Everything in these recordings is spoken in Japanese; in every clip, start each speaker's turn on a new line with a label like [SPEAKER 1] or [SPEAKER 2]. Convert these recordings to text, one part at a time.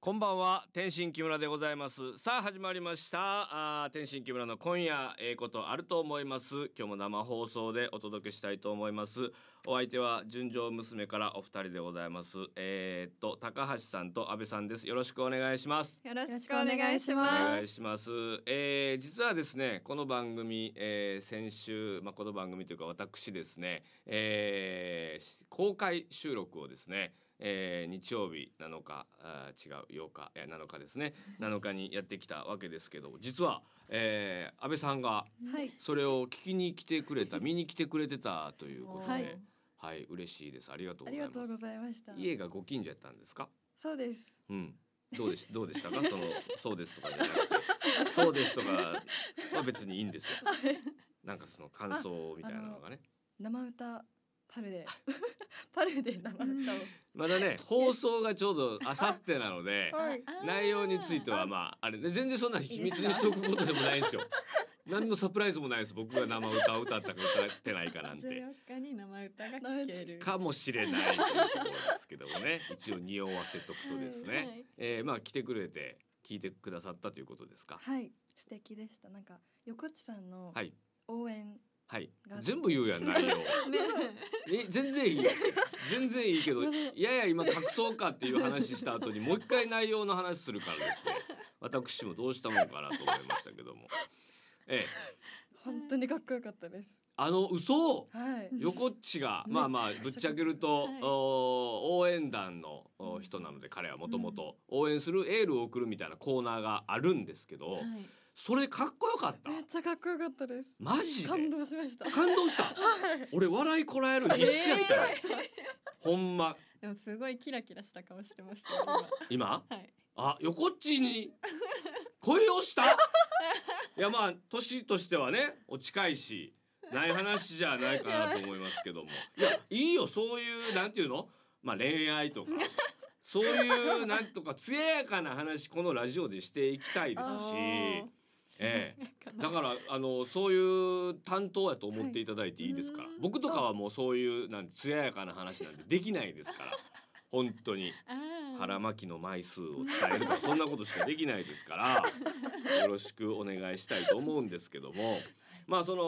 [SPEAKER 1] こんばんは天心木村でございますさあ始まりましたあー天心木村の今夜ええことあると思います今日も生放送でお届けしたいと思いますお相手は純情娘からお二人でございますえーっと高橋さんと安倍さんですよろしくお願いします
[SPEAKER 2] よろ
[SPEAKER 3] しくお願いし
[SPEAKER 1] お
[SPEAKER 3] ま
[SPEAKER 1] 願いします。えー実はですね、この番組、えー先週、まあ、この番組というか私ですね、えーし公開収録をですね、えー日曜日7日あー違う8日いや7日ですね7日にやってきたわけですけど実は、えー安倍さんが
[SPEAKER 3] はい。
[SPEAKER 1] それを聞きに来てくれた 見に来てくれてたということで、は
[SPEAKER 3] はいい、
[SPEAKER 1] 嬉しいですありがとう
[SPEAKER 3] あ
[SPEAKER 1] ござ
[SPEAKER 3] り
[SPEAKER 1] い
[SPEAKER 3] がと
[SPEAKER 1] ま
[SPEAKER 3] う
[SPEAKER 1] す
[SPEAKER 3] ご。ざいました。
[SPEAKER 1] 家がご近所やったんですか
[SPEAKER 3] そうです。
[SPEAKER 1] うん、どうでしどうでしたかそのそうですとかじゃなくてそうですとかは別にいいんですよ。なんかその感想みたいなのがね。
[SPEAKER 3] 生歌パルで パルで生歌を。
[SPEAKER 1] まだね放送がちょうどあさってなので
[SPEAKER 3] はい
[SPEAKER 2] あー
[SPEAKER 1] 内容についてはまああれで全然そんな秘密にしておくことでもないんですよ。何のサプライズもないです僕が生歌を歌ったか歌ってないかなん
[SPEAKER 2] 十
[SPEAKER 1] て。
[SPEAKER 2] 四日に生歌が聴ける。
[SPEAKER 1] かもしれないというところですけどもね一応匂わせとくとですね、
[SPEAKER 2] はいはい
[SPEAKER 1] えーまあ来てくれて聞いてくださったということですか
[SPEAKER 3] はい。素敵でした。なんか横地さんの
[SPEAKER 1] はい
[SPEAKER 3] 応援。
[SPEAKER 1] はい
[SPEAKER 3] が
[SPEAKER 1] 全部言うやん内容
[SPEAKER 2] ね
[SPEAKER 1] え全然いいよ全然いいけどやや今隠そうかっていう話した後にもう一回内容の話するからですね私もどうしたもんかなと思いましたけどもええ
[SPEAKER 3] 本当にかっこよかったです。
[SPEAKER 1] あの嘘を
[SPEAKER 3] はい。
[SPEAKER 1] 横っちがまあまあぶっちゃけると、
[SPEAKER 2] はい
[SPEAKER 1] お応援団のお人なので彼はもともと応援するエールを送るみたいなコーナーがあるんですけど、
[SPEAKER 2] はい
[SPEAKER 1] それかっこよかった
[SPEAKER 3] めっちゃかっこよかったです。
[SPEAKER 1] マジで
[SPEAKER 3] 感動しました。
[SPEAKER 1] 感動した俺笑いこらえる必死やったよ、ほんま
[SPEAKER 2] でもすごいキラキラした顔してましたよ。今
[SPEAKER 1] 今
[SPEAKER 2] はい。
[SPEAKER 1] あ横っちに恋をした いやまあ年としてはねお近いしない話じゃないかなと思いますけども いやいいよそういうなんていうのまあ恋愛とかそういうなんとか艶やかな話このラジオでしていきたいですし
[SPEAKER 2] おー
[SPEAKER 1] ええ
[SPEAKER 2] なん
[SPEAKER 1] だ
[SPEAKER 2] か
[SPEAKER 1] からあのそういう担当やと思っていただいていいですから、
[SPEAKER 2] はい
[SPEAKER 1] 僕とかはもうそういうなんて艶やかな話なんてできないです から本当に。
[SPEAKER 2] あー
[SPEAKER 1] 腹巻きの枚数を伝えるとかそんなことしかできないですからよろしくお願いしたいと思うんですけども。まあその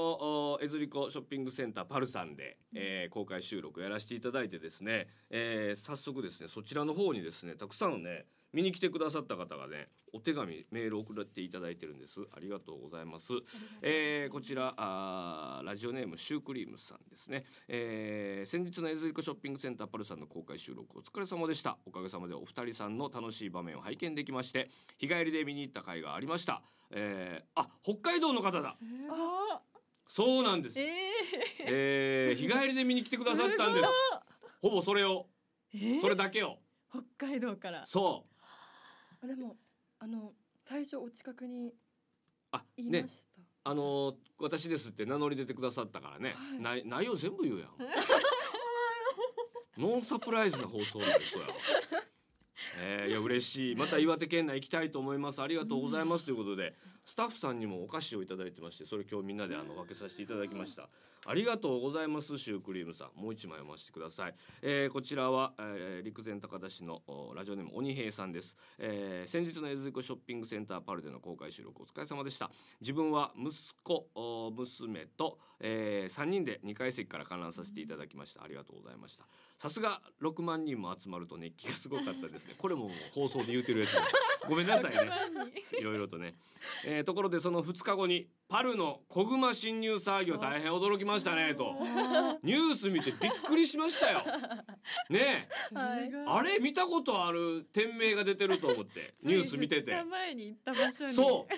[SPEAKER 1] お江釣子ショッピングセンターパルさんで、えー公開収録やらせていただいてですね、えー早速ですねそちらの方にですねたくさんね見に来てくださった方がねお手紙メールを送っていただいてるんですありがとうございますえーこちらあーラジオネームシュークリームさんですね、えー先日のエズリコショッピングセンターパルさんの公開収録お疲れ様でしたおかげさまでお二人さんの楽しい場面を拝見できまして日帰りで見に行った回がありました、えーあ北海道の方だ
[SPEAKER 2] すご
[SPEAKER 1] そうなんです
[SPEAKER 2] い。、え
[SPEAKER 1] えー日帰りで見に来てくださったんですほぼそれを
[SPEAKER 2] ー、え
[SPEAKER 1] それだけを
[SPEAKER 2] 北海道から。
[SPEAKER 1] そう
[SPEAKER 3] あれもあの最初お近くに
[SPEAKER 1] あ
[SPEAKER 3] 言い
[SPEAKER 1] ね
[SPEAKER 3] ました。
[SPEAKER 1] あのー私ですって名乗り出てくださったからね、ない内容全部言うやんノンサプライズな放送なんですよえー、いや嬉しいまた岩手県内行きたいと思いますありがとうございますということでスタッフさんにもお菓子をいただいてましてそれ今日みんなであの分けさせていただきましたありがとうございますシュークリームさんもう一枚読ませてください、えーこちらは、えー陸前高田市のおラジオネーム鬼平さんです、えー先日の江津子ショッピングセンターパルでの公開収録お疲れ様でした自分は息子お娘と、え3人で2階席から観覧させていただきましたありがとうございましたさすが6万人も集まると熱気がすごかったですねこれももう放送で言うてるやつですごめんなさいね いろいろとね、えーところでその2日後にパルの小熊侵入騒ぎを大変驚きましたねとニュース見てびっくりしま したよねえ
[SPEAKER 3] はい
[SPEAKER 1] あれ見たことある店名が出てると思っ てニュース見て
[SPEAKER 2] つい二
[SPEAKER 1] て
[SPEAKER 2] 日前に行った場所に。
[SPEAKER 1] そう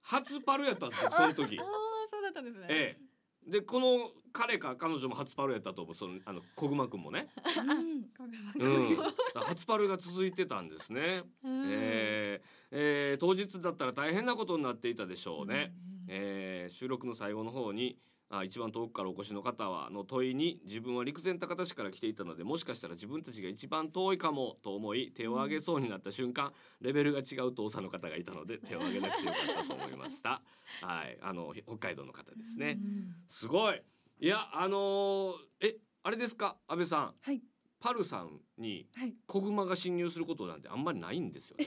[SPEAKER 1] 初パルやったんですよその時
[SPEAKER 2] ああ、そうだったんですね。
[SPEAKER 1] ええでこの彼か彼女も初パルやったと思うそのあの小熊くんもね、
[SPEAKER 3] うん
[SPEAKER 2] ごめんなさい。
[SPEAKER 1] うん、だから初パルが続いてたんですねえーえー当日だったら大変なことになっていたでしょうね、えー収録の最後の方にあ一番遠くからお越しの方はの問いに自分は陸前高田市から来ていたのでもしかしたら自分たちが一番遠いかもと思い手を挙げそうになった瞬間、レベルが違うと長の方がいたので手を挙げなくてよかったと思いました。 はい、あの北海道の方ですね。すごい。いやあのーえあれですか安倍さん。
[SPEAKER 3] はい
[SPEAKER 1] パルさんに
[SPEAKER 3] はい
[SPEAKER 1] 子グマが侵入することなんてあんまりないんですよね。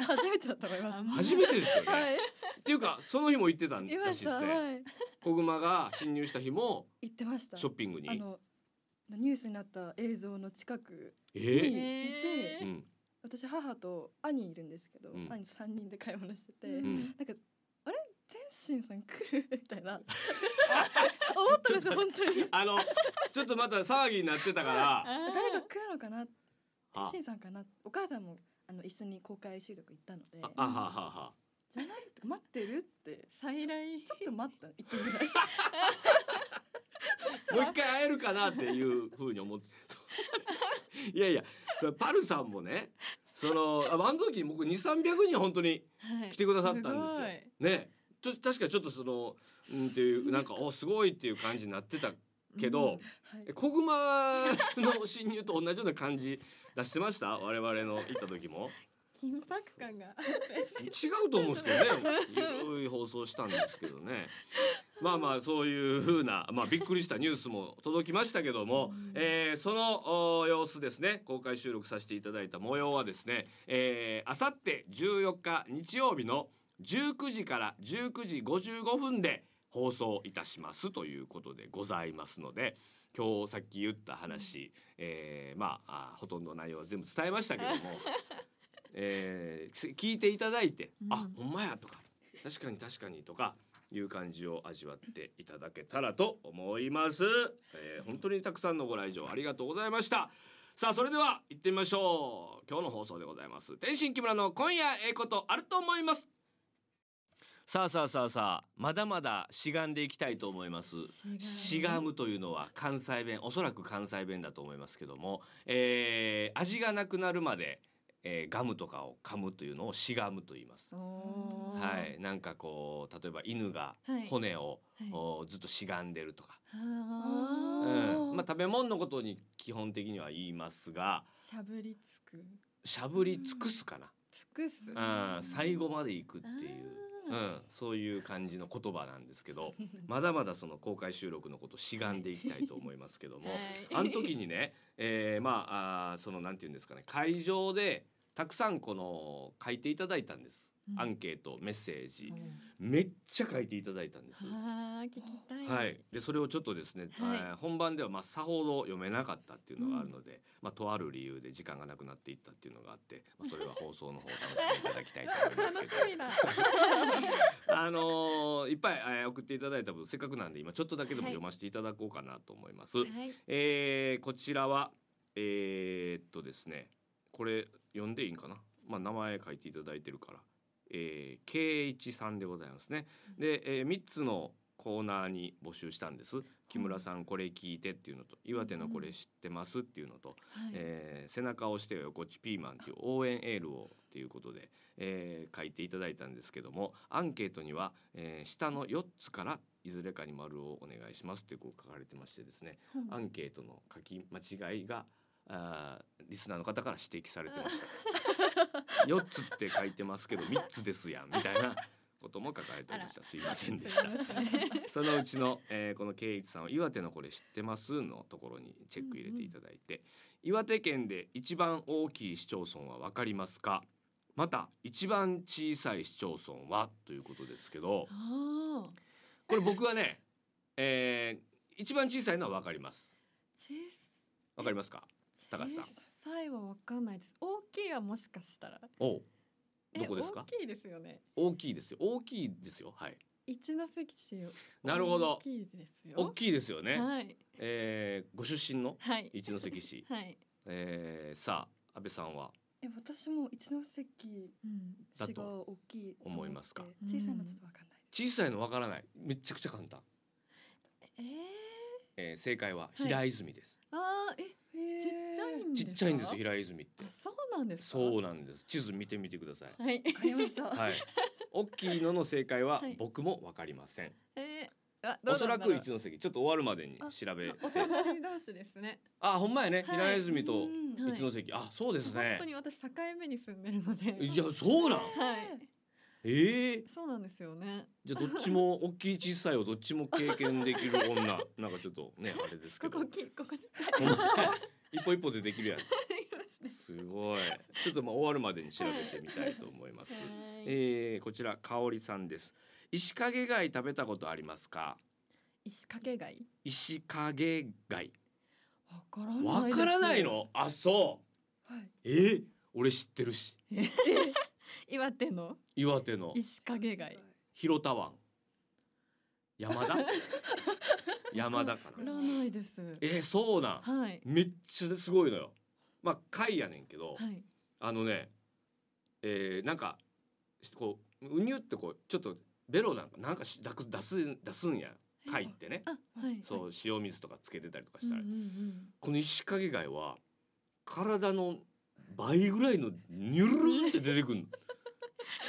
[SPEAKER 3] 初めてだと思います。
[SPEAKER 1] 初めてですよね。
[SPEAKER 3] はい、
[SPEAKER 1] っていうかその日も言ってたんらし
[SPEAKER 3] い
[SPEAKER 1] い
[SPEAKER 3] ま
[SPEAKER 1] で
[SPEAKER 3] した。
[SPEAKER 1] す
[SPEAKER 3] は
[SPEAKER 1] ね。
[SPEAKER 3] い、
[SPEAKER 1] 子グマが侵入した日も
[SPEAKER 3] 行ってました。
[SPEAKER 1] ショッピングに
[SPEAKER 3] あ。のニュースになった映像の近く、
[SPEAKER 1] ええ
[SPEAKER 3] て
[SPEAKER 1] う
[SPEAKER 2] え
[SPEAKER 1] ん
[SPEAKER 3] 私母と兄いるんですけど、
[SPEAKER 1] うん
[SPEAKER 3] 兄三人で買い物してて、
[SPEAKER 2] う
[SPEAKER 1] うん。
[SPEAKER 3] なんかあれ天心さん来るみた いな思ったんですよ本当に。
[SPEAKER 1] あのちょっとまた騒ぎになってた から。
[SPEAKER 3] 誰が来るのかな天
[SPEAKER 1] あ
[SPEAKER 3] 心さんかなお母さんもあの一緒に公開収録行ったので
[SPEAKER 1] ああははは。
[SPEAKER 3] じゃないと待ってるって
[SPEAKER 2] 再来
[SPEAKER 3] ちょっと待った一分ぐらい
[SPEAKER 1] もう一回会えるかなっていうふうに思って。 そういやいや、それパルさんもね、その、あ、バンドの時に僕二三百人本当に
[SPEAKER 2] はい
[SPEAKER 1] 来てくださったんですよ
[SPEAKER 2] ごい。
[SPEAKER 1] ね、ちょ、確かちょっとその、うんっていう、なんか、お、すごいっていう感じになってた。けど、
[SPEAKER 3] はい
[SPEAKER 1] え、子熊の侵入と同じような感じ出してました。我々の行った時も。
[SPEAKER 2] うん緊迫感が
[SPEAKER 1] 違うと思うんですけどね緩い放送したんですけどねまあまあそういうふうな、まあ、びっくりしたニュースも届きましたけども、えーそのお様子ですね公開収録させていただいた模様はですねえーあさって14日日曜日の19時から19時55分で放送いたしますということでございますので今日さっき言った話、えーまああほとんど内容は全部伝えましたけども、えーき聞いていただいて「あほんまや」とか「確かに確かに」とかいう感じを味わっていただけたらと思います、えー本当にたくさんのご来場ありがとうございましたさあそれでは行ってみましょう今日の放送でございます天心木村の今夜ええことあると思いますさあさあさあさあまだまだしがんでいきたいと思いますしがむというのは関西弁おそらく関西弁だと思いますけども、えー味がなくなるまで、えーガムとかを噛むというのをしがむと言います。
[SPEAKER 2] お ー
[SPEAKER 1] は。い、なんかこう例えば犬が
[SPEAKER 2] はい
[SPEAKER 1] 骨を、
[SPEAKER 2] はい
[SPEAKER 1] おずっとしがんでるとか、
[SPEAKER 2] あ
[SPEAKER 1] う
[SPEAKER 2] ー
[SPEAKER 1] んまあ、食べ物のことに基本的には言いますが
[SPEAKER 2] しゃぶりつく。
[SPEAKER 1] しゃぶり尽くすか
[SPEAKER 2] つくす。
[SPEAKER 1] な、うん、最後まで行くっていう、う
[SPEAKER 2] あー
[SPEAKER 1] ん、そういう感じの言葉なんですけどまだまだその公開収録のことしがんでいきたいと思います けども。あの時にね、えーまああーそのなんていうんですかね会場でたくさんこの書いていただいたんです、アンケートメッセージ、めっちゃ書いていただいたんです。
[SPEAKER 2] ああ、聞きたい。
[SPEAKER 1] はい、でそれをちょっとですね、
[SPEAKER 2] はい
[SPEAKER 1] えー本番ではまあさほど読めなかったっていうのがあるので、まあ、とある理由で時間がなくなっていったっていうのがあって、まあ、それは放送の方を楽しんでいただきたいと思います
[SPEAKER 2] 楽
[SPEAKER 1] け
[SPEAKER 2] し
[SPEAKER 1] ど
[SPEAKER 2] みだ。
[SPEAKER 1] あのーいっぱい、えー送っていただいた分せっかくなんで今ちょっとだけでも
[SPEAKER 2] はい
[SPEAKER 1] 読ませていただこうかなと思います。
[SPEAKER 2] はい。
[SPEAKER 1] えーこちらはえーっとですねこれ読んでいいんかな、まあ、名前書いていただいてるから、えー、圭一さんでございますね。で、え3つのコーナーに募集したんです。木村さんこれ聞いてっていうのと岩手のこれ知ってますっていうのと、
[SPEAKER 2] はい。
[SPEAKER 1] えー背中を押してよこっちピーマンっていう応援エールをっていうことで、えー書いていただいたんですけどもアンケートには、えー下の4つからいずれかに丸をお願いしますってこう書かれてましてですね
[SPEAKER 2] うん
[SPEAKER 1] アンケートの書き間違いがあーリスナーの方から指摘されて ました4つって書いてますけど3つですやんみたいなことも書かれておりましたすいませんでした そのうちの、えーこの圭一さんは「岩手のこれ知ってます?」のところにチェック入れていただいて「岩手県で一番大きい市町村は分かりますか?」また一番小さい市町村はということですけど
[SPEAKER 2] ああ。
[SPEAKER 1] これ僕はね、えー一番小さいのは分かります
[SPEAKER 2] 小
[SPEAKER 1] わかりますか高橋さん
[SPEAKER 2] さいはわかんないです。大きいはもしかしたら。
[SPEAKER 1] おう
[SPEAKER 2] え
[SPEAKER 1] どこですか
[SPEAKER 2] 大きいですよね。
[SPEAKER 1] 大きいですよ大きいですよはい
[SPEAKER 2] 一ノ関市よ。
[SPEAKER 1] なるほ
[SPEAKER 2] 大
[SPEAKER 1] ど
[SPEAKER 2] きいですよ。
[SPEAKER 1] 大きいですよね、
[SPEAKER 2] はい。
[SPEAKER 1] えーご出身の
[SPEAKER 2] はい。
[SPEAKER 1] 一関市
[SPEAKER 2] はい。
[SPEAKER 1] えーさあ安倍さんは
[SPEAKER 3] え私も一ノ関
[SPEAKER 2] うん。
[SPEAKER 1] だ
[SPEAKER 3] 市が
[SPEAKER 1] と
[SPEAKER 3] 大きいと
[SPEAKER 1] 思いますか
[SPEAKER 3] 思って小さいのはちょっとわかんない。
[SPEAKER 1] 小さいのわからないめちゃくちゃ簡単、え
[SPEAKER 2] ええ。
[SPEAKER 1] ー正解は平泉です、
[SPEAKER 2] ああ、え、ちっちゃいんです
[SPEAKER 1] ち
[SPEAKER 2] か。
[SPEAKER 1] っちゃいんです平泉って
[SPEAKER 2] あ、そうなんですか。
[SPEAKER 1] そうなんです地図見てみてください
[SPEAKER 2] はい。
[SPEAKER 3] わかりました。
[SPEAKER 1] はい大きいのの正解は
[SPEAKER 2] はい
[SPEAKER 1] 僕もわかりません、
[SPEAKER 2] えー、あ
[SPEAKER 1] おそらく一
[SPEAKER 2] 度。
[SPEAKER 1] ノ関ちょっと終わるまでに調べ
[SPEAKER 2] お隣同士ですね。
[SPEAKER 1] あほんまやね、
[SPEAKER 2] はい
[SPEAKER 1] 平泉と
[SPEAKER 3] うん
[SPEAKER 2] はい
[SPEAKER 1] 一ノ関、あそうです
[SPEAKER 2] 本
[SPEAKER 1] ね
[SPEAKER 2] 当に私境目に住んでるので。
[SPEAKER 1] いやそうなん
[SPEAKER 2] はい。
[SPEAKER 1] ええー、
[SPEAKER 2] そうなんですよね。
[SPEAKER 1] じゃあどっちも大きい小さいをどっちも経験できる女なんかちょっとねあれですけ
[SPEAKER 2] こ
[SPEAKER 1] ど
[SPEAKER 2] こ大きい、ここちっちゃい。
[SPEAKER 1] ほんまや一歩一歩でできるやん
[SPEAKER 3] りますね
[SPEAKER 1] すごいちょっとまあ終わるまでに調べてみたいと思い ます、
[SPEAKER 3] はい
[SPEAKER 1] えー、こちら香織さんです石影貝食べたことありますか
[SPEAKER 2] 石掛け貝。
[SPEAKER 1] 石影貝
[SPEAKER 2] わからない
[SPEAKER 1] わからないのあそう
[SPEAKER 2] はい。
[SPEAKER 1] えー、俺知ってるし
[SPEAKER 2] 岩手の
[SPEAKER 1] 岩手の
[SPEAKER 2] 石掛貝。
[SPEAKER 1] 広田湾山 田山田か
[SPEAKER 2] わか
[SPEAKER 1] な
[SPEAKER 2] らないです。
[SPEAKER 1] えー、そうなん
[SPEAKER 2] はい。
[SPEAKER 1] めっちゃすごいのよまあ貝やねんけど、
[SPEAKER 2] はい。
[SPEAKER 1] あのねえー、なんかこううにゅってこうちょっとベロなんかなんかし出す出す出すんや貝ってね、
[SPEAKER 2] あ、はい。
[SPEAKER 1] そう塩水とかつけてたりとかしたら、
[SPEAKER 2] うんうんうん
[SPEAKER 1] この石影貝は体の倍ぐらいのニュルンって出てくるの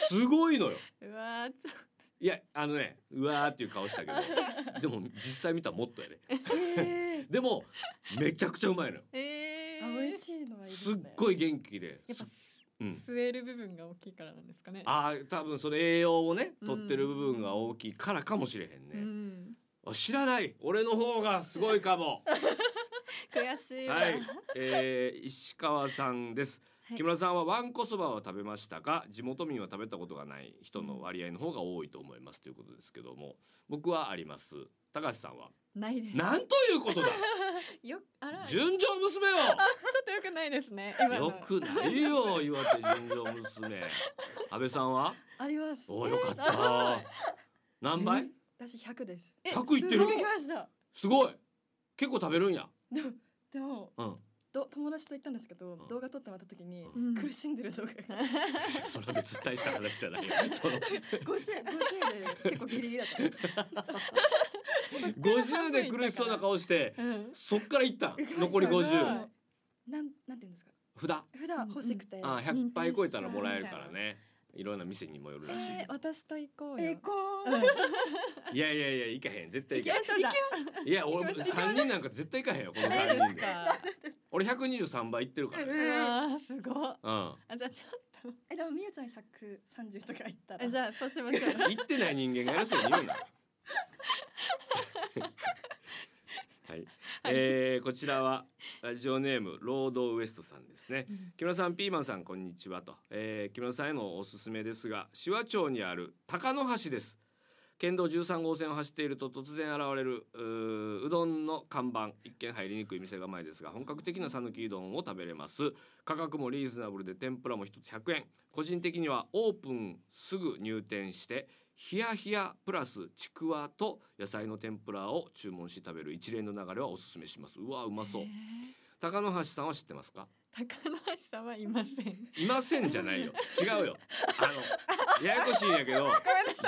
[SPEAKER 1] すごいのよ
[SPEAKER 3] うわーちょ っ
[SPEAKER 1] いやあのねうわーっていう顔したけど でも実際見たらもっとやね
[SPEAKER 3] え
[SPEAKER 1] でもめちゃくちゃうまいのよ
[SPEAKER 3] ー、え
[SPEAKER 2] あ、美
[SPEAKER 3] ー
[SPEAKER 2] 味、しいのはいいですす
[SPEAKER 1] っ
[SPEAKER 2] ね。
[SPEAKER 1] ごい元気で
[SPEAKER 2] やっぱ
[SPEAKER 1] うん、
[SPEAKER 2] 吸える部分が大きいからなんですかね。
[SPEAKER 1] あー多分その栄養をね取ってる部分が大きいからかもしれへん
[SPEAKER 2] う
[SPEAKER 1] ね、
[SPEAKER 2] ん。
[SPEAKER 1] あ知らない俺の方がすごいか も
[SPEAKER 3] 悔しいわ
[SPEAKER 1] はい、えー、石川さんです、
[SPEAKER 2] はい
[SPEAKER 1] 木村さんはわんこそばは食べましたが地元民は食べたことがない人の割合の方が多いと思いますということですけども僕はあります高橋さん は
[SPEAKER 2] ないです。
[SPEAKER 1] なんということ だ
[SPEAKER 2] よ、あら。ちょっ
[SPEAKER 1] 純情娘よ
[SPEAKER 2] と良くないですね。今の
[SPEAKER 1] よくないよ岩手純情娘安倍さんは
[SPEAKER 2] あります。
[SPEAKER 1] おーよかっ
[SPEAKER 2] えー
[SPEAKER 1] た何倍
[SPEAKER 2] 私100です。
[SPEAKER 3] え
[SPEAKER 1] 100いってる
[SPEAKER 3] すごい来ました
[SPEAKER 1] すごい結構食べるんや
[SPEAKER 3] でも
[SPEAKER 2] でも
[SPEAKER 1] うん
[SPEAKER 3] ど友達と行ったんですけど、
[SPEAKER 1] ん
[SPEAKER 3] 動画撮ってもらった時に、
[SPEAKER 1] う
[SPEAKER 3] 苦しんでる動画が
[SPEAKER 1] それは別に大した話じゃない よその
[SPEAKER 3] 50 50で結構ギリギリだったんです
[SPEAKER 1] 50で苦しそうな顔してそっからいったん残り50
[SPEAKER 3] はいなんなんていうんですか
[SPEAKER 1] 札あ
[SPEAKER 3] 普段欲しくて、
[SPEAKER 1] 100杯超えたらもらえるからねいろんな店にもよるらしい
[SPEAKER 2] えー、私と行こう
[SPEAKER 3] え
[SPEAKER 2] よ。
[SPEAKER 3] ーこう、
[SPEAKER 2] うん
[SPEAKER 1] いやいやいや行かへん絶対行かへ
[SPEAKER 2] 行きましょうじゃあ
[SPEAKER 1] んいや俺
[SPEAKER 2] 行きましょう
[SPEAKER 1] 3人なんか絶対行かへんよこの
[SPEAKER 2] ない
[SPEAKER 1] 3人
[SPEAKER 2] です
[SPEAKER 1] で
[SPEAKER 2] か。
[SPEAKER 1] 俺123倍いってるからね
[SPEAKER 3] え
[SPEAKER 2] ああ、すごい。
[SPEAKER 1] うん
[SPEAKER 2] あ、じゃあ、ちょっ
[SPEAKER 3] えでもみゆちゃん百三十とかいった
[SPEAKER 2] と。
[SPEAKER 3] ら
[SPEAKER 2] じゃあ、そうしましょう。
[SPEAKER 1] 行ってない人間が偉そうに言うな。 はい、えーこちらはラジオネームロードウエストさんですね。木村さんピーマンさんこんにちはと、えー木村さんへのおすすめですが紫波町にある高野橋です県道13号線を走っていると突然現れるうーうどんの看板一見入りにくい店構えですが本格的な讃岐うどんを食べれます価格もリーズナブルで天ぷらも1つ100円個人的にはオープンすぐ入店してヒヤヒヤプラスちくわと野菜の天ぷらを注文し食べる一連の流れはおすすめしますうわうまそう
[SPEAKER 2] へー
[SPEAKER 1] 高野橋さんは知ってますか
[SPEAKER 2] 高野橋さんはいません。
[SPEAKER 1] いませんじゃないよ違うよあ のややこしいんやけど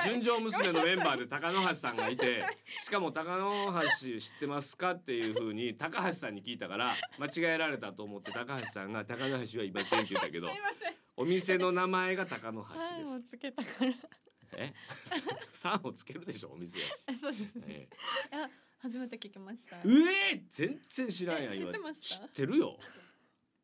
[SPEAKER 1] 純情娘のメンバーで高野橋さんがいてしかも高野橋知ってますかっていうふうに高橋さんに聞いたから間違えられたと思って高橋さんが高野橋はいませんって言ったけどお店の名前が高野橋で
[SPEAKER 2] 三を
[SPEAKER 1] す
[SPEAKER 2] つけたから。
[SPEAKER 1] えさんをつけるでしょお店やし、
[SPEAKER 2] あそうですね。
[SPEAKER 1] え
[SPEAKER 2] 初めて聞きました。
[SPEAKER 1] え、うえー全然知らんやん
[SPEAKER 2] え知ってまし
[SPEAKER 1] 知
[SPEAKER 2] た
[SPEAKER 1] ってるよ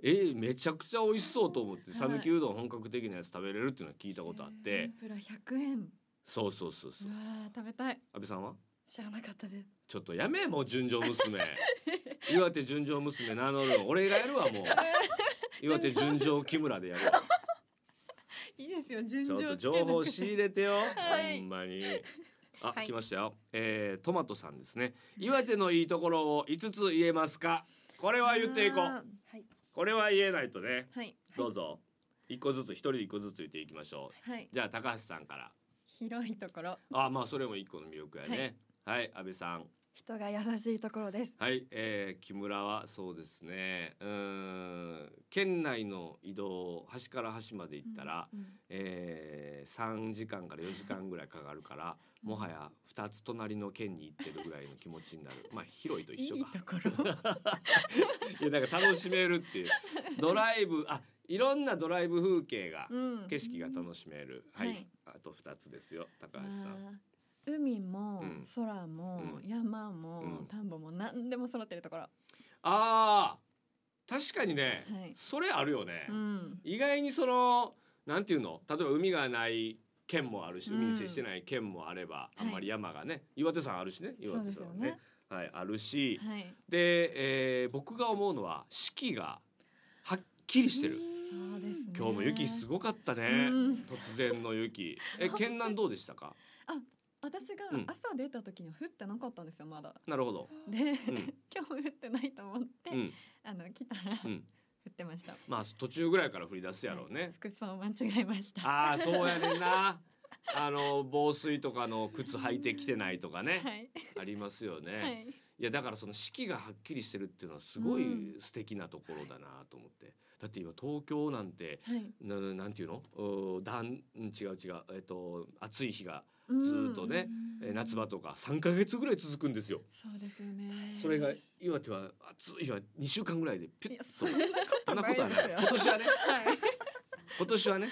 [SPEAKER 1] えー、めちゃくちゃ美味しそうと思って讃岐うどん本格的なやつ食べれるっていうのは聞いたことあって、
[SPEAKER 2] 天ぷら100円。
[SPEAKER 1] そうそうそうそうう。
[SPEAKER 2] わー、食べたい。
[SPEAKER 1] 安倍さんは
[SPEAKER 3] 知らなかったです
[SPEAKER 1] ちょっとやめもう純情娘。 岩手純情娘名乗るの俺がやる わもう。岩手純情木村でやるわ。
[SPEAKER 2] いいですよ、順
[SPEAKER 1] ちょっ
[SPEAKER 2] 調。
[SPEAKER 1] と情報仕入れてよ。
[SPEAKER 2] はい
[SPEAKER 1] ほんまに。あ、
[SPEAKER 2] はい
[SPEAKER 1] 来ましたよ。えー、トマトさんですね。岩手のいいところを五つ言えますか。これは言っていこう。
[SPEAKER 3] はい
[SPEAKER 1] これは言えないとね。
[SPEAKER 2] はい。
[SPEAKER 1] どうぞ。一個ずつ一人一個ずつ言っていきましょう。
[SPEAKER 2] はい。
[SPEAKER 1] じゃあ高橋さんから。
[SPEAKER 2] 広いところ。
[SPEAKER 1] あ、まあそれも一個の魅力やね。はい、安倍さん。
[SPEAKER 3] 人が優しいところです
[SPEAKER 1] はい、えー木村はそうですね。うーん、県内の移動、端から端まで行ったら、
[SPEAKER 2] うん。うん
[SPEAKER 1] えー3時間から4時間ぐらいかかるから、もはや2つ隣の県に行ってるぐらいの気持ちに なる。まあ広いと
[SPEAKER 2] い
[SPEAKER 1] 一緒
[SPEAKER 2] い
[SPEAKER 1] か。
[SPEAKER 2] ところ。
[SPEAKER 1] いやなんか楽しめるって いう。ドライブ、あ、いろんなドライブ風景が、
[SPEAKER 2] うん
[SPEAKER 1] 景色が楽しめる。はい、
[SPEAKER 2] はい
[SPEAKER 1] あと2つですよ、高
[SPEAKER 2] あ
[SPEAKER 1] 橋さん。
[SPEAKER 2] ー海も
[SPEAKER 1] うん
[SPEAKER 2] 空も
[SPEAKER 1] うん
[SPEAKER 2] 山も
[SPEAKER 1] うん
[SPEAKER 2] 田んぼも何でも揃ってるところ。
[SPEAKER 1] ああ、確かにね、
[SPEAKER 2] はい
[SPEAKER 1] それあるよね。
[SPEAKER 2] うん。
[SPEAKER 1] 意外にそのなんていうの例えば海がない県もあるし
[SPEAKER 2] うん
[SPEAKER 1] 海に接してない県もあれば、
[SPEAKER 2] はい
[SPEAKER 1] あんまり山がね岩手山あるしね岩手山は
[SPEAKER 2] そうですよね
[SPEAKER 1] はい、あるし、
[SPEAKER 2] はい。
[SPEAKER 1] で、えー僕が思うのは四季がはっきりしてる。
[SPEAKER 2] そうですね。
[SPEAKER 1] 今日も雪す
[SPEAKER 2] ご
[SPEAKER 1] ごかったね。
[SPEAKER 2] うん
[SPEAKER 1] 突然の雪。 え、県南どうでしたか。
[SPEAKER 2] 私が
[SPEAKER 1] うん
[SPEAKER 2] 朝出た時には降ってなかったんですよまだ。
[SPEAKER 1] なるほど。
[SPEAKER 2] で、
[SPEAKER 1] ん
[SPEAKER 2] 今日降ってないと思って、
[SPEAKER 1] うん、
[SPEAKER 2] あの来たら、
[SPEAKER 1] う
[SPEAKER 2] 降
[SPEAKER 1] ん、
[SPEAKER 2] ってました。
[SPEAKER 1] まあ、途中ぐらいから降り出すやろう
[SPEAKER 2] はい
[SPEAKER 1] ね。
[SPEAKER 2] 服装を間違えました。
[SPEAKER 1] ああ、そうやねんな。あの防水とかの靴履いてきてないとかね、
[SPEAKER 2] はい。
[SPEAKER 1] ありますよね。、
[SPEAKER 2] はいい。
[SPEAKER 1] や、だから、その四季がはっきりしてるっていうのは、すご
[SPEAKER 2] う
[SPEAKER 1] い素敵なところだなと思って。だって、今東京なんて、
[SPEAKER 2] はい。
[SPEAKER 1] ななんていうの、うーだん、うん違う違う、えっと、暑い日が。ず
[SPEAKER 2] ず
[SPEAKER 1] ーっとねえー夏場とか3ヶ月ぐらい続くんですよ。
[SPEAKER 2] そうですよね。
[SPEAKER 1] それが岩手は暑い日は2週間ぐらいでピュッ
[SPEAKER 2] いや
[SPEAKER 1] と
[SPEAKER 2] そん
[SPEAKER 1] そんなことはない
[SPEAKER 2] ないですよ
[SPEAKER 1] 今年はね
[SPEAKER 2] はい。
[SPEAKER 1] 今年 はね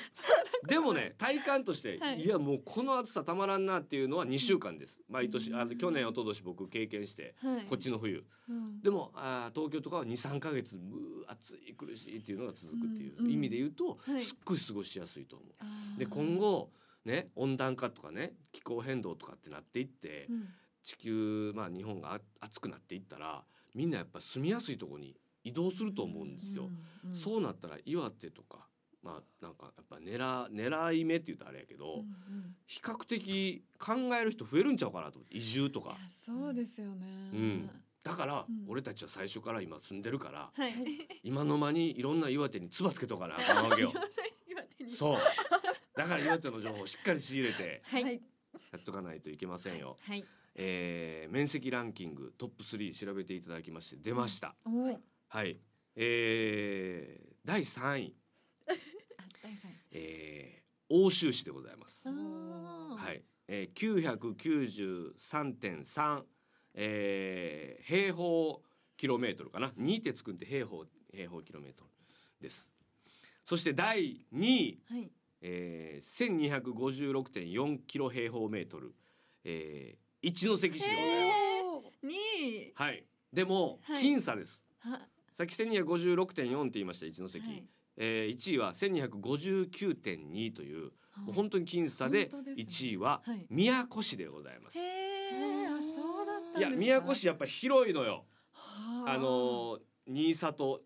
[SPEAKER 1] でもね体感として、
[SPEAKER 2] はい
[SPEAKER 1] い、やもうこの暑さたまらんなっていうのは2週間です毎年あ
[SPEAKER 2] う
[SPEAKER 1] の
[SPEAKER 2] ん
[SPEAKER 1] 去年一昨年僕経験して
[SPEAKER 2] はい。
[SPEAKER 1] こっちの冬
[SPEAKER 2] うん。
[SPEAKER 1] でもあー東京とかは23ヶ月むー暑い苦しいっていうのが続くってい
[SPEAKER 2] うんう
[SPEAKER 1] うん意味で言うと、
[SPEAKER 2] はい
[SPEAKER 1] すっごい過ごしやすいと思う。
[SPEAKER 2] あー
[SPEAKER 1] で今、後ね温暖化とかね気候変動とかってなっていって、
[SPEAKER 2] うん
[SPEAKER 1] 地球、まあ、日本があ暑くなっていったらみんなやっぱ住みやすいところに移動すると思うんですよ。
[SPEAKER 2] うんうん
[SPEAKER 1] そうなったら岩手とかまあなんかやっぱ狙狙い目って言うとあれやけど、
[SPEAKER 2] うんうん
[SPEAKER 1] 比較的考える人増えるんちゃうかなと思って移住と
[SPEAKER 2] いや
[SPEAKER 1] か
[SPEAKER 2] そうですよね。
[SPEAKER 1] うんだから
[SPEAKER 2] うん
[SPEAKER 1] 俺たちは最初から今住んでるから
[SPEAKER 2] はい。
[SPEAKER 1] 今の間にいろんな岩手に唾つけとかなあかんわけよ
[SPEAKER 3] 岩手に
[SPEAKER 1] そうだから岩手の情報をしっかり仕入れて
[SPEAKER 2] はい。
[SPEAKER 1] やっとかないといけませんよ、
[SPEAKER 2] はい。
[SPEAKER 1] えー面積ランキングトップ3調べていただきまして出ました、
[SPEAKER 2] おお。あ、
[SPEAKER 1] はい、えー、第3位、
[SPEAKER 2] 大さん。
[SPEAKER 1] えー、欧州市でございます。
[SPEAKER 2] あー
[SPEAKER 1] は。い、えー、993.3、えー、平方キロメートルかな2ってつくんで平方平方キロメートルです。そして第2位、
[SPEAKER 2] はい。
[SPEAKER 1] えー、1256.4キロ平方メートル、えー、一関市でございます。
[SPEAKER 3] 二位
[SPEAKER 1] はい、でも、
[SPEAKER 2] はい
[SPEAKER 1] 僅差です。
[SPEAKER 2] は。
[SPEAKER 1] さっき1256.4って言いました一関。
[SPEAKER 2] はい
[SPEAKER 1] えー、1位は1259.2というもう
[SPEAKER 2] あ
[SPEAKER 1] 本当に僅差で
[SPEAKER 2] 本当ですね
[SPEAKER 1] 1位は
[SPEAKER 2] はい。
[SPEAKER 1] 宮古市でございます。
[SPEAKER 3] へー
[SPEAKER 2] あ
[SPEAKER 3] あ
[SPEAKER 2] そうだった
[SPEAKER 1] いや
[SPEAKER 2] んですか
[SPEAKER 1] 宮古市やっぱ広いのよ。
[SPEAKER 2] は
[SPEAKER 1] あのー新里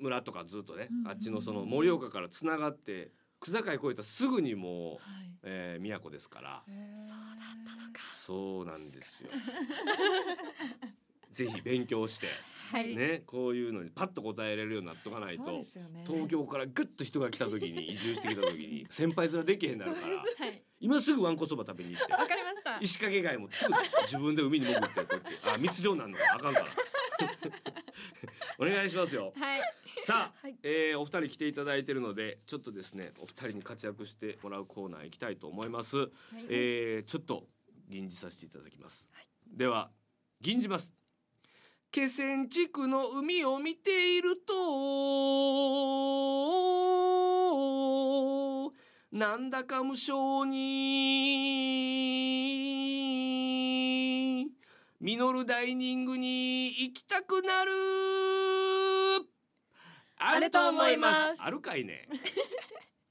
[SPEAKER 1] 村とかずっとね
[SPEAKER 2] うんうんうん
[SPEAKER 1] あっちのその盛岡からつながって区境越えたすぐにもう、
[SPEAKER 2] はい。
[SPEAKER 1] えー、宮古ですから
[SPEAKER 2] そうだったのか。
[SPEAKER 1] そうなんですよ。 ぜひ勉強して、
[SPEAKER 2] はい。
[SPEAKER 1] ね、こういうのにパッと答えられるようになっとかないと、
[SPEAKER 2] そうですよね。
[SPEAKER 1] 東。京からぐっと人が来た時 に移住してきた時に先輩面できへんなるから
[SPEAKER 2] はい。
[SPEAKER 1] 今すぐわんこそば食べに行 って
[SPEAKER 2] わかりました。
[SPEAKER 1] 石掛け貝もすぐ自分で海に潜ってこうやってあ密漁なんのあかんから お願いしますよ
[SPEAKER 2] はい。
[SPEAKER 1] さあ、
[SPEAKER 3] はい
[SPEAKER 1] えーお二人来ていただいてるのでちょっとですねお二人に活躍してもらうコーナー行きたいと思います、えーちょっと吟じさせていただきます、では吟じます気仙地区の海を見ているとなんだか無性に実るダイニングに行きたくなるあると思います
[SPEAKER 3] あると思います
[SPEAKER 1] あるかい ね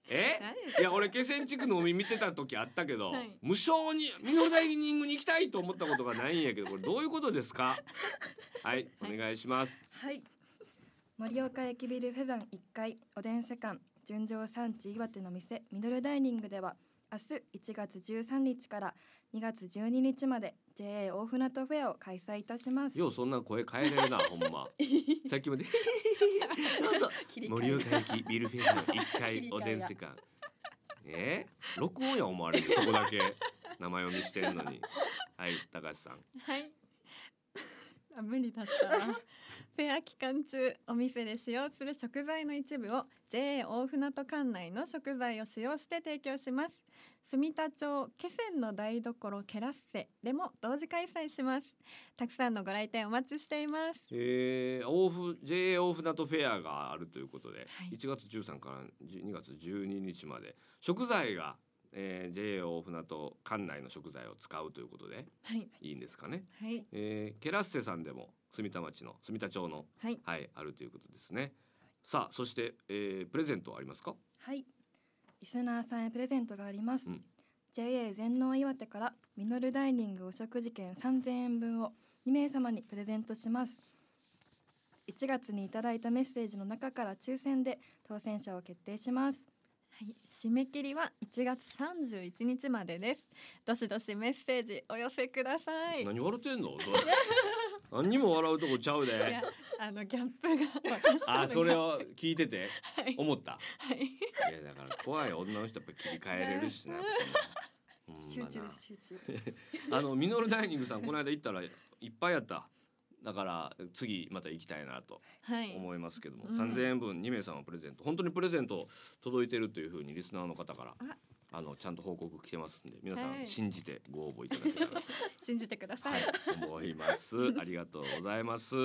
[SPEAKER 1] え
[SPEAKER 2] 何
[SPEAKER 1] いや俺気仙地区の海見てた時あったけど、
[SPEAKER 2] はい
[SPEAKER 1] 無償にミノダイニングに行きたいと思ったことがないんやけどこれどういうことですかはいお願いします、
[SPEAKER 4] はい。盛岡駅ビルフェザン1階おでん世館純情産地岩手の店ミドルダイニングでは明日1月13日から2月12日まで JA 大船渡フェアを開催いたします。
[SPEAKER 1] ようそんな声変えれるなほんまさっきまでどうぞ
[SPEAKER 3] 切り替え
[SPEAKER 1] 盛岡駅ビルフェスの1階おでん世館えー、録音や思われるそこだけ名前を見してるのにはい高橋さん
[SPEAKER 2] はい。あ無理だったわ。フェア期間中、お店で使用する食材の一部を JA 大船渡管内の食材を使用して提供します。住田町気仙の台所ケラッセでも同時開催します。たくさんのご来店お待ちしています。
[SPEAKER 1] えー、大ふ JA 大船渡フェアがあるということで、
[SPEAKER 2] はい
[SPEAKER 1] 1月13から2月12日まで食材が、えー、JA 大船渡管内の食材を使うということで
[SPEAKER 2] はい。
[SPEAKER 1] いいんですかね、
[SPEAKER 2] はい。
[SPEAKER 1] えー、ケラッセさんでも住田町の住田町の、
[SPEAKER 4] はい
[SPEAKER 1] あるということですねさあそして、えー、プレゼントはありますか
[SPEAKER 4] はい。リスナーさんへプレゼントがあります。
[SPEAKER 1] うん
[SPEAKER 4] JA 全農岩手からミノルダイニングお食事券3000円分を2名様にプレゼントします1月にいただいたメッセージの中から抽選で当選者を決定します
[SPEAKER 2] はい、締め切りは1月31日までです。どしどしメッセージお寄せください。い
[SPEAKER 1] 何笑ってんのそれ何にも笑うとこちゃうで
[SPEAKER 2] や、あのギャップが 私との
[SPEAKER 1] あそれ
[SPEAKER 2] は
[SPEAKER 1] を聞いてて
[SPEAKER 2] い、
[SPEAKER 1] 思った
[SPEAKER 2] はい、
[SPEAKER 1] いやだから怖い女の人やっぱ切り替えれるしな。ほんまな
[SPEAKER 3] 集中です集中。
[SPEAKER 1] あのミノルダイニングさんこの間行ったらいっぱいやった。だから次また行きたいなと
[SPEAKER 2] はい、
[SPEAKER 1] 思いますけども、
[SPEAKER 2] うん
[SPEAKER 1] 三千円分二名様プレゼント本当にプレゼント届いてるというふうにリスナーの方から
[SPEAKER 2] あ
[SPEAKER 1] あのちゃんと報告来てますんで皆さ
[SPEAKER 2] は
[SPEAKER 1] ん
[SPEAKER 2] い
[SPEAKER 1] 信じてご応募いただけたらと
[SPEAKER 2] 信じてくださ。
[SPEAKER 1] はいい、思います。 ありがとうございます。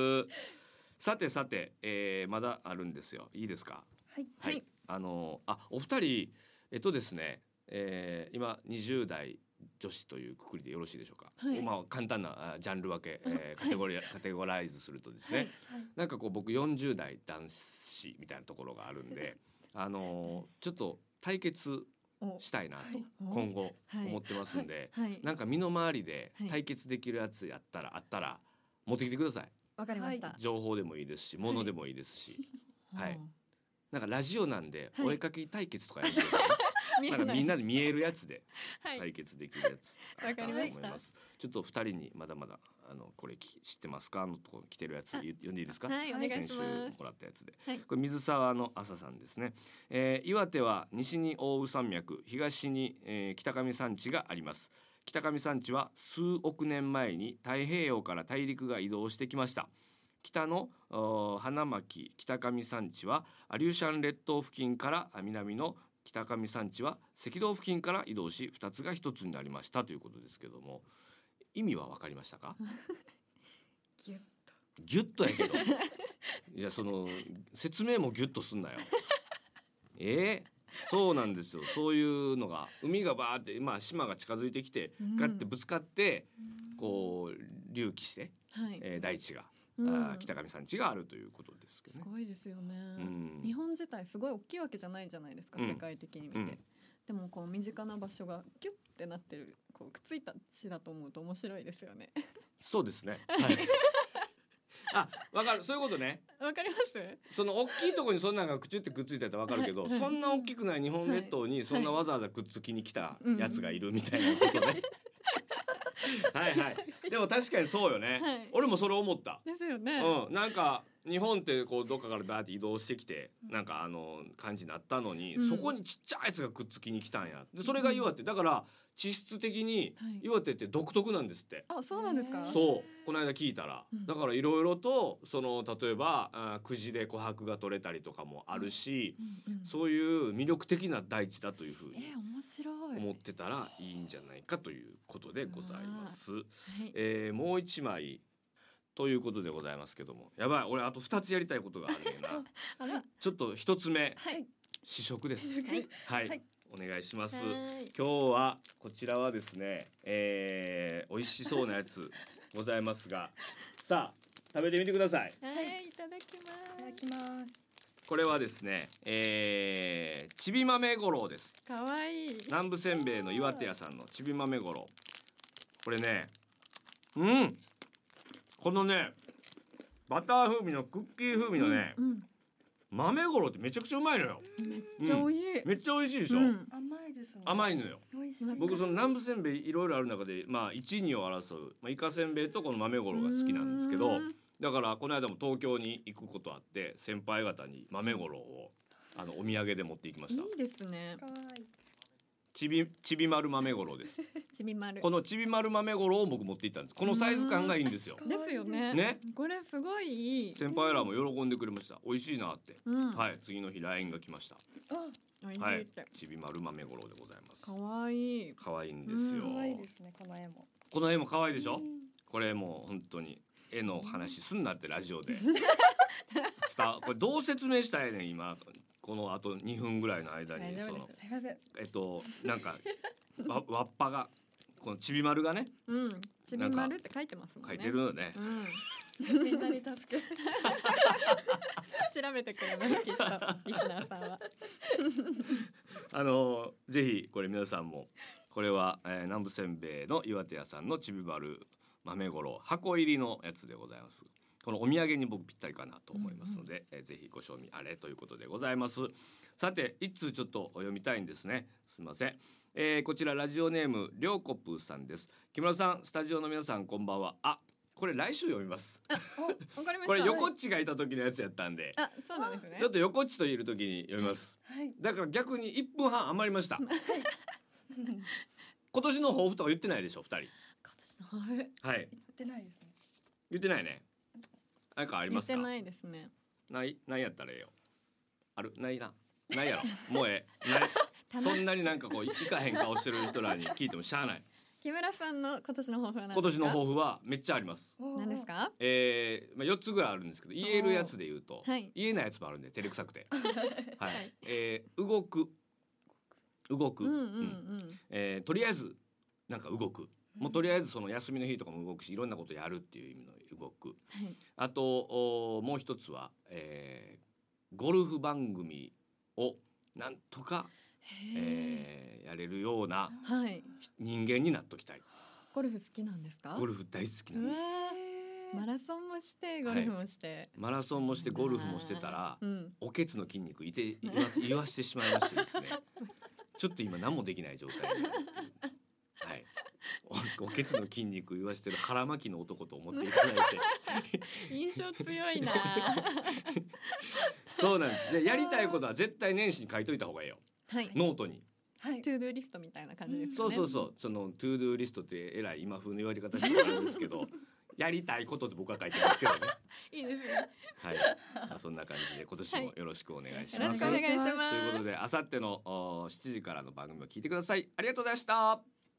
[SPEAKER 1] さてさて、えー、まだあるんですよ。いいですか。
[SPEAKER 4] はい
[SPEAKER 1] はい。
[SPEAKER 2] はい
[SPEAKER 1] あのあお二人えっとですね、えー、今20代女子というくくりでよろしいでしょうか。
[SPEAKER 3] はい
[SPEAKER 1] まあ簡単なあジャンル分け、
[SPEAKER 3] あ
[SPEAKER 1] えー、カテゴリ、カテゴライズするとですね、
[SPEAKER 3] はい
[SPEAKER 1] なんかこう僕40代男子みたいなところがあるんで、あのちょっと対決
[SPEAKER 2] お
[SPEAKER 1] したいなと
[SPEAKER 3] はい
[SPEAKER 1] 今後
[SPEAKER 2] はい
[SPEAKER 1] 思ってますんで。
[SPEAKER 2] はい、
[SPEAKER 1] なんか身の回りで
[SPEAKER 2] はい
[SPEAKER 1] 対決できるやつやったら、あったら持ってきてください
[SPEAKER 2] わかりました。
[SPEAKER 1] 情報でもいいですし物でもいいですし、はい
[SPEAKER 2] うん
[SPEAKER 1] なんかラジオなんで
[SPEAKER 2] はい
[SPEAKER 1] お絵かき対決とかやるんですよ、
[SPEAKER 2] 見え
[SPEAKER 1] なんか
[SPEAKER 2] な
[SPEAKER 1] み
[SPEAKER 2] い
[SPEAKER 1] ん。なで見えるやつで
[SPEAKER 2] はい、
[SPEAKER 1] 対決できるやつ
[SPEAKER 2] はいわかりました
[SPEAKER 1] あったらと思いすちょっと二人にまだまだあのこれき知ってますかあのとこ来てるやつ
[SPEAKER 2] あ
[SPEAKER 1] 言読んでいいですか
[SPEAKER 2] はい、お願いしま
[SPEAKER 1] 先
[SPEAKER 2] す
[SPEAKER 1] 週。もらったやつで、
[SPEAKER 2] はい
[SPEAKER 1] これ水沢の朝さんですね、えー岩手は西に奥羽山脈東に、えー北上山地があります北上山地は数億年前に太平洋から大陸が移動してきました北のおー花巻北上山地はアリューシャン列島付近からあ南の北上山地は赤道付近から移動し2つが1つになりましたということですけども意味は分かりましたか
[SPEAKER 4] ギュッと
[SPEAKER 1] ギュッとやけどいやその説明もギュッとすんなよえーそうなんですよそういうのが海がバーって、まあ、島が近づいてきて
[SPEAKER 2] うん
[SPEAKER 1] ガッてぶつかって、こう隆起して、
[SPEAKER 2] はい、
[SPEAKER 1] えー大地が、あ
[SPEAKER 2] うん
[SPEAKER 1] ー北上山地があるということですけ
[SPEAKER 2] す
[SPEAKER 1] どね。
[SPEAKER 2] ごいですよね。
[SPEAKER 1] うん
[SPEAKER 2] 日本自体すごい大きいわけじゃないじゃないですか、
[SPEAKER 1] うん
[SPEAKER 2] 世界的に見て、
[SPEAKER 1] うん
[SPEAKER 2] でもこう身近な場所がギュッてなってるこうくっついた地だと思うと面白いです よね
[SPEAKER 1] そうですね、はい、 あわかるそういうことね
[SPEAKER 2] わかります
[SPEAKER 1] その大きいところにそんなんがくちゅってくっついてたらわかるけど、
[SPEAKER 2] はい
[SPEAKER 1] そんな大きくない日本列島にそんなわざわざくっつきに来たやつがいるみたいなことね。 はいはい。でも確かにそうよね。
[SPEAKER 2] はい
[SPEAKER 1] 俺もそれ思った。
[SPEAKER 2] ですよね、
[SPEAKER 1] うん、なんか日本ってこうどっかからバーって移動してきてなんかあの感じになったのに、
[SPEAKER 2] うん
[SPEAKER 1] そこにちっちゃいやつがくっつきに来たんやでそれが岩手だから地質的に
[SPEAKER 2] はい
[SPEAKER 1] 岩手って独特なんですって
[SPEAKER 2] あそうなんですか
[SPEAKER 3] へー
[SPEAKER 1] そうこの間聞いたら、
[SPEAKER 2] うん
[SPEAKER 1] だからいろいろとその例えばあーくじで琥珀が取れたりとかもあるし、
[SPEAKER 2] うんうん
[SPEAKER 1] そういう魅力的な大地だというふう
[SPEAKER 2] え
[SPEAKER 1] に
[SPEAKER 2] ー、面白い
[SPEAKER 1] 思ってたらいいんじゃないかということでございます。
[SPEAKER 2] はい
[SPEAKER 1] えーもう一枚ということでございますけどもやばい俺あと2つやりたいことがある ねんな
[SPEAKER 2] あら
[SPEAKER 1] ちょっと1つ目
[SPEAKER 2] はい
[SPEAKER 1] 試食です
[SPEAKER 2] はい
[SPEAKER 1] はい、
[SPEAKER 3] はい
[SPEAKER 1] お願いします
[SPEAKER 2] はい
[SPEAKER 1] 今日はこちらはですね、えー、美味しそうなやつございますがさあ食べてみてください
[SPEAKER 2] はいいただき
[SPEAKER 4] いただ
[SPEAKER 2] ます
[SPEAKER 4] きます
[SPEAKER 1] これはですね、えー、ちび豆五郎です
[SPEAKER 2] かわいい
[SPEAKER 1] 南部せんべいの岩手屋さんのちび豆五郎これねうんこのねバター風味のクッキー風味のね、
[SPEAKER 2] うん
[SPEAKER 1] 豆五郎ってめちゃくちゃうまいのよ
[SPEAKER 2] めっちゃ美味しい、
[SPEAKER 1] めっちゃ美味しいでしょ、
[SPEAKER 2] うん
[SPEAKER 4] 甘いですね
[SPEAKER 1] 甘いのよ
[SPEAKER 4] 美味しい
[SPEAKER 1] 僕その南部せんべいいろいろある中でまあ1位2位を争う、まあ、イカせんべいとこの豆五郎が好きなんですけ
[SPEAKER 2] う
[SPEAKER 1] ど
[SPEAKER 2] ん
[SPEAKER 1] だからこの間も東京に行くことあって先輩方に豆五郎をあのお土産で持って行きました
[SPEAKER 2] いいですね
[SPEAKER 4] 可愛い
[SPEAKER 1] ちびちび丸豆五郎です
[SPEAKER 2] ちびまる
[SPEAKER 1] このちび丸豆五郎を僕持って行ったんですこのサイズ感がいいんですよ
[SPEAKER 2] ですよね
[SPEAKER 1] ね
[SPEAKER 2] これすごいいい
[SPEAKER 1] 先輩らも喜んでくれました美味しいなって、
[SPEAKER 2] うん
[SPEAKER 1] はい次の日 LINE が来ました
[SPEAKER 2] 美味し
[SPEAKER 1] はい
[SPEAKER 2] っ
[SPEAKER 1] い
[SPEAKER 2] て
[SPEAKER 1] ちび丸豆五郎でございます
[SPEAKER 2] かわいい
[SPEAKER 1] 可愛いんですよ
[SPEAKER 2] うん
[SPEAKER 4] 可愛いですねこの絵も
[SPEAKER 1] この絵も可愛いでし
[SPEAKER 4] う
[SPEAKER 1] ょ
[SPEAKER 4] ん
[SPEAKER 1] これもう本当に絵の話すんなってラジ オで伝わこれどう説明したいねん今このあと2分ぐらいの間に
[SPEAKER 2] 大丈
[SPEAKER 1] そ
[SPEAKER 2] 夫で
[SPEAKER 1] の
[SPEAKER 2] す
[SPEAKER 4] すいません
[SPEAKER 1] えっとなんかわわっぱがこのちび丸がね
[SPEAKER 2] うん、ちびまるって書いてますもん
[SPEAKER 1] 書
[SPEAKER 2] ね。
[SPEAKER 1] いてるのね
[SPEAKER 2] うん、
[SPEAKER 4] みんなに助けて
[SPEAKER 2] 調べてくれますきっとリスナーさんは。
[SPEAKER 1] あのぜひこれ皆さんもこれは、えー南部せんべいの岩手屋さんのちびまる豆五郎箱入りのやつでございますこのお土産に僕ぴったりかなと思いますので、えーぜひご賞味あれということでございますさて一通ちょっとお読みたいんですねすいません、えーこちらラジオネームりょうこぷーさんです木村さんスタジオの皆さんこんばんはあこれ来週読みます
[SPEAKER 2] わかりました。
[SPEAKER 1] これ横っちがいた時のやつやったんで
[SPEAKER 2] あ、そうなんですね
[SPEAKER 1] ちょ。っと横っちといる時に読みます
[SPEAKER 3] はい。
[SPEAKER 1] だから逆に1分半余りました今年の抱負とか言ってないでしょ2人
[SPEAKER 2] 今年の
[SPEAKER 1] は
[SPEAKER 2] はい
[SPEAKER 1] い
[SPEAKER 3] 言ってないですね。
[SPEAKER 1] 言ってないね何かあり
[SPEAKER 2] 言
[SPEAKER 1] ま
[SPEAKER 2] っ
[SPEAKER 1] すか
[SPEAKER 2] てないですね。
[SPEAKER 1] ないないやったらええよあるないなない やろもうええない
[SPEAKER 2] 楽しい
[SPEAKER 1] そんなになんかこういかへん顔してる人らに聞いてもしゃあ ない
[SPEAKER 2] 木村さんの今年の抱負は何ですか。
[SPEAKER 1] 今年の抱負はめっちゃあります
[SPEAKER 3] おー
[SPEAKER 2] 何です。か。
[SPEAKER 1] えー、まあ4つぐらいあるんですけど言えるやつで言うと、
[SPEAKER 2] はい
[SPEAKER 1] 言えないやつもあるんで照れくさ くてはい、えー動く動く、
[SPEAKER 2] うんうんう
[SPEAKER 1] うん
[SPEAKER 2] ん。
[SPEAKER 1] えーとりあえずなんか動くもうとりあえずその休みの日とかも動くしいろんなことやるっていう意味の動く
[SPEAKER 2] はい。
[SPEAKER 1] あとおもう一つは、えーゴルフ番組をなんとか、
[SPEAKER 2] へえ。
[SPEAKER 1] えーやれるような
[SPEAKER 2] はい。
[SPEAKER 1] 人間になっときたい
[SPEAKER 2] ゴルフ好きなんですか。
[SPEAKER 1] ゴルフ大好きなん
[SPEAKER 2] う
[SPEAKER 1] で
[SPEAKER 2] わ
[SPEAKER 1] す
[SPEAKER 2] ーマラソンもしてゴルフもして。
[SPEAKER 1] マラソンもしてゴルフもしてたら
[SPEAKER 2] うん。
[SPEAKER 1] おけつの筋肉いてい わ言わしてしまいましてですねちょっと今何もできない状態になるっていうはいおおけつの筋肉言わしてる腹巻きの男と思っていただ いて
[SPEAKER 2] 印象強い な。
[SPEAKER 1] そうなんですねやりたいことは絶対年始に書いといた方がいいよ
[SPEAKER 2] はい。
[SPEAKER 1] ノートに
[SPEAKER 3] はい
[SPEAKER 2] ト。ゥードゥーリストみたいな感じですね。
[SPEAKER 1] そうそうそう、そのトゥードゥーリストってえらい今風の言われ方してるんですけ ど。やりたいことって僕は書いてますけどね。
[SPEAKER 2] いいですね。
[SPEAKER 1] はい、まあ、そんな感じで今年もよろしくお願いし
[SPEAKER 2] よ
[SPEAKER 1] ま
[SPEAKER 2] ろ
[SPEAKER 1] す。
[SPEAKER 2] しくお願いし
[SPEAKER 1] というこ
[SPEAKER 2] ま
[SPEAKER 1] と
[SPEAKER 2] す。
[SPEAKER 1] で、あさってのお7時からの番組を聞いてください。ありがとうございました。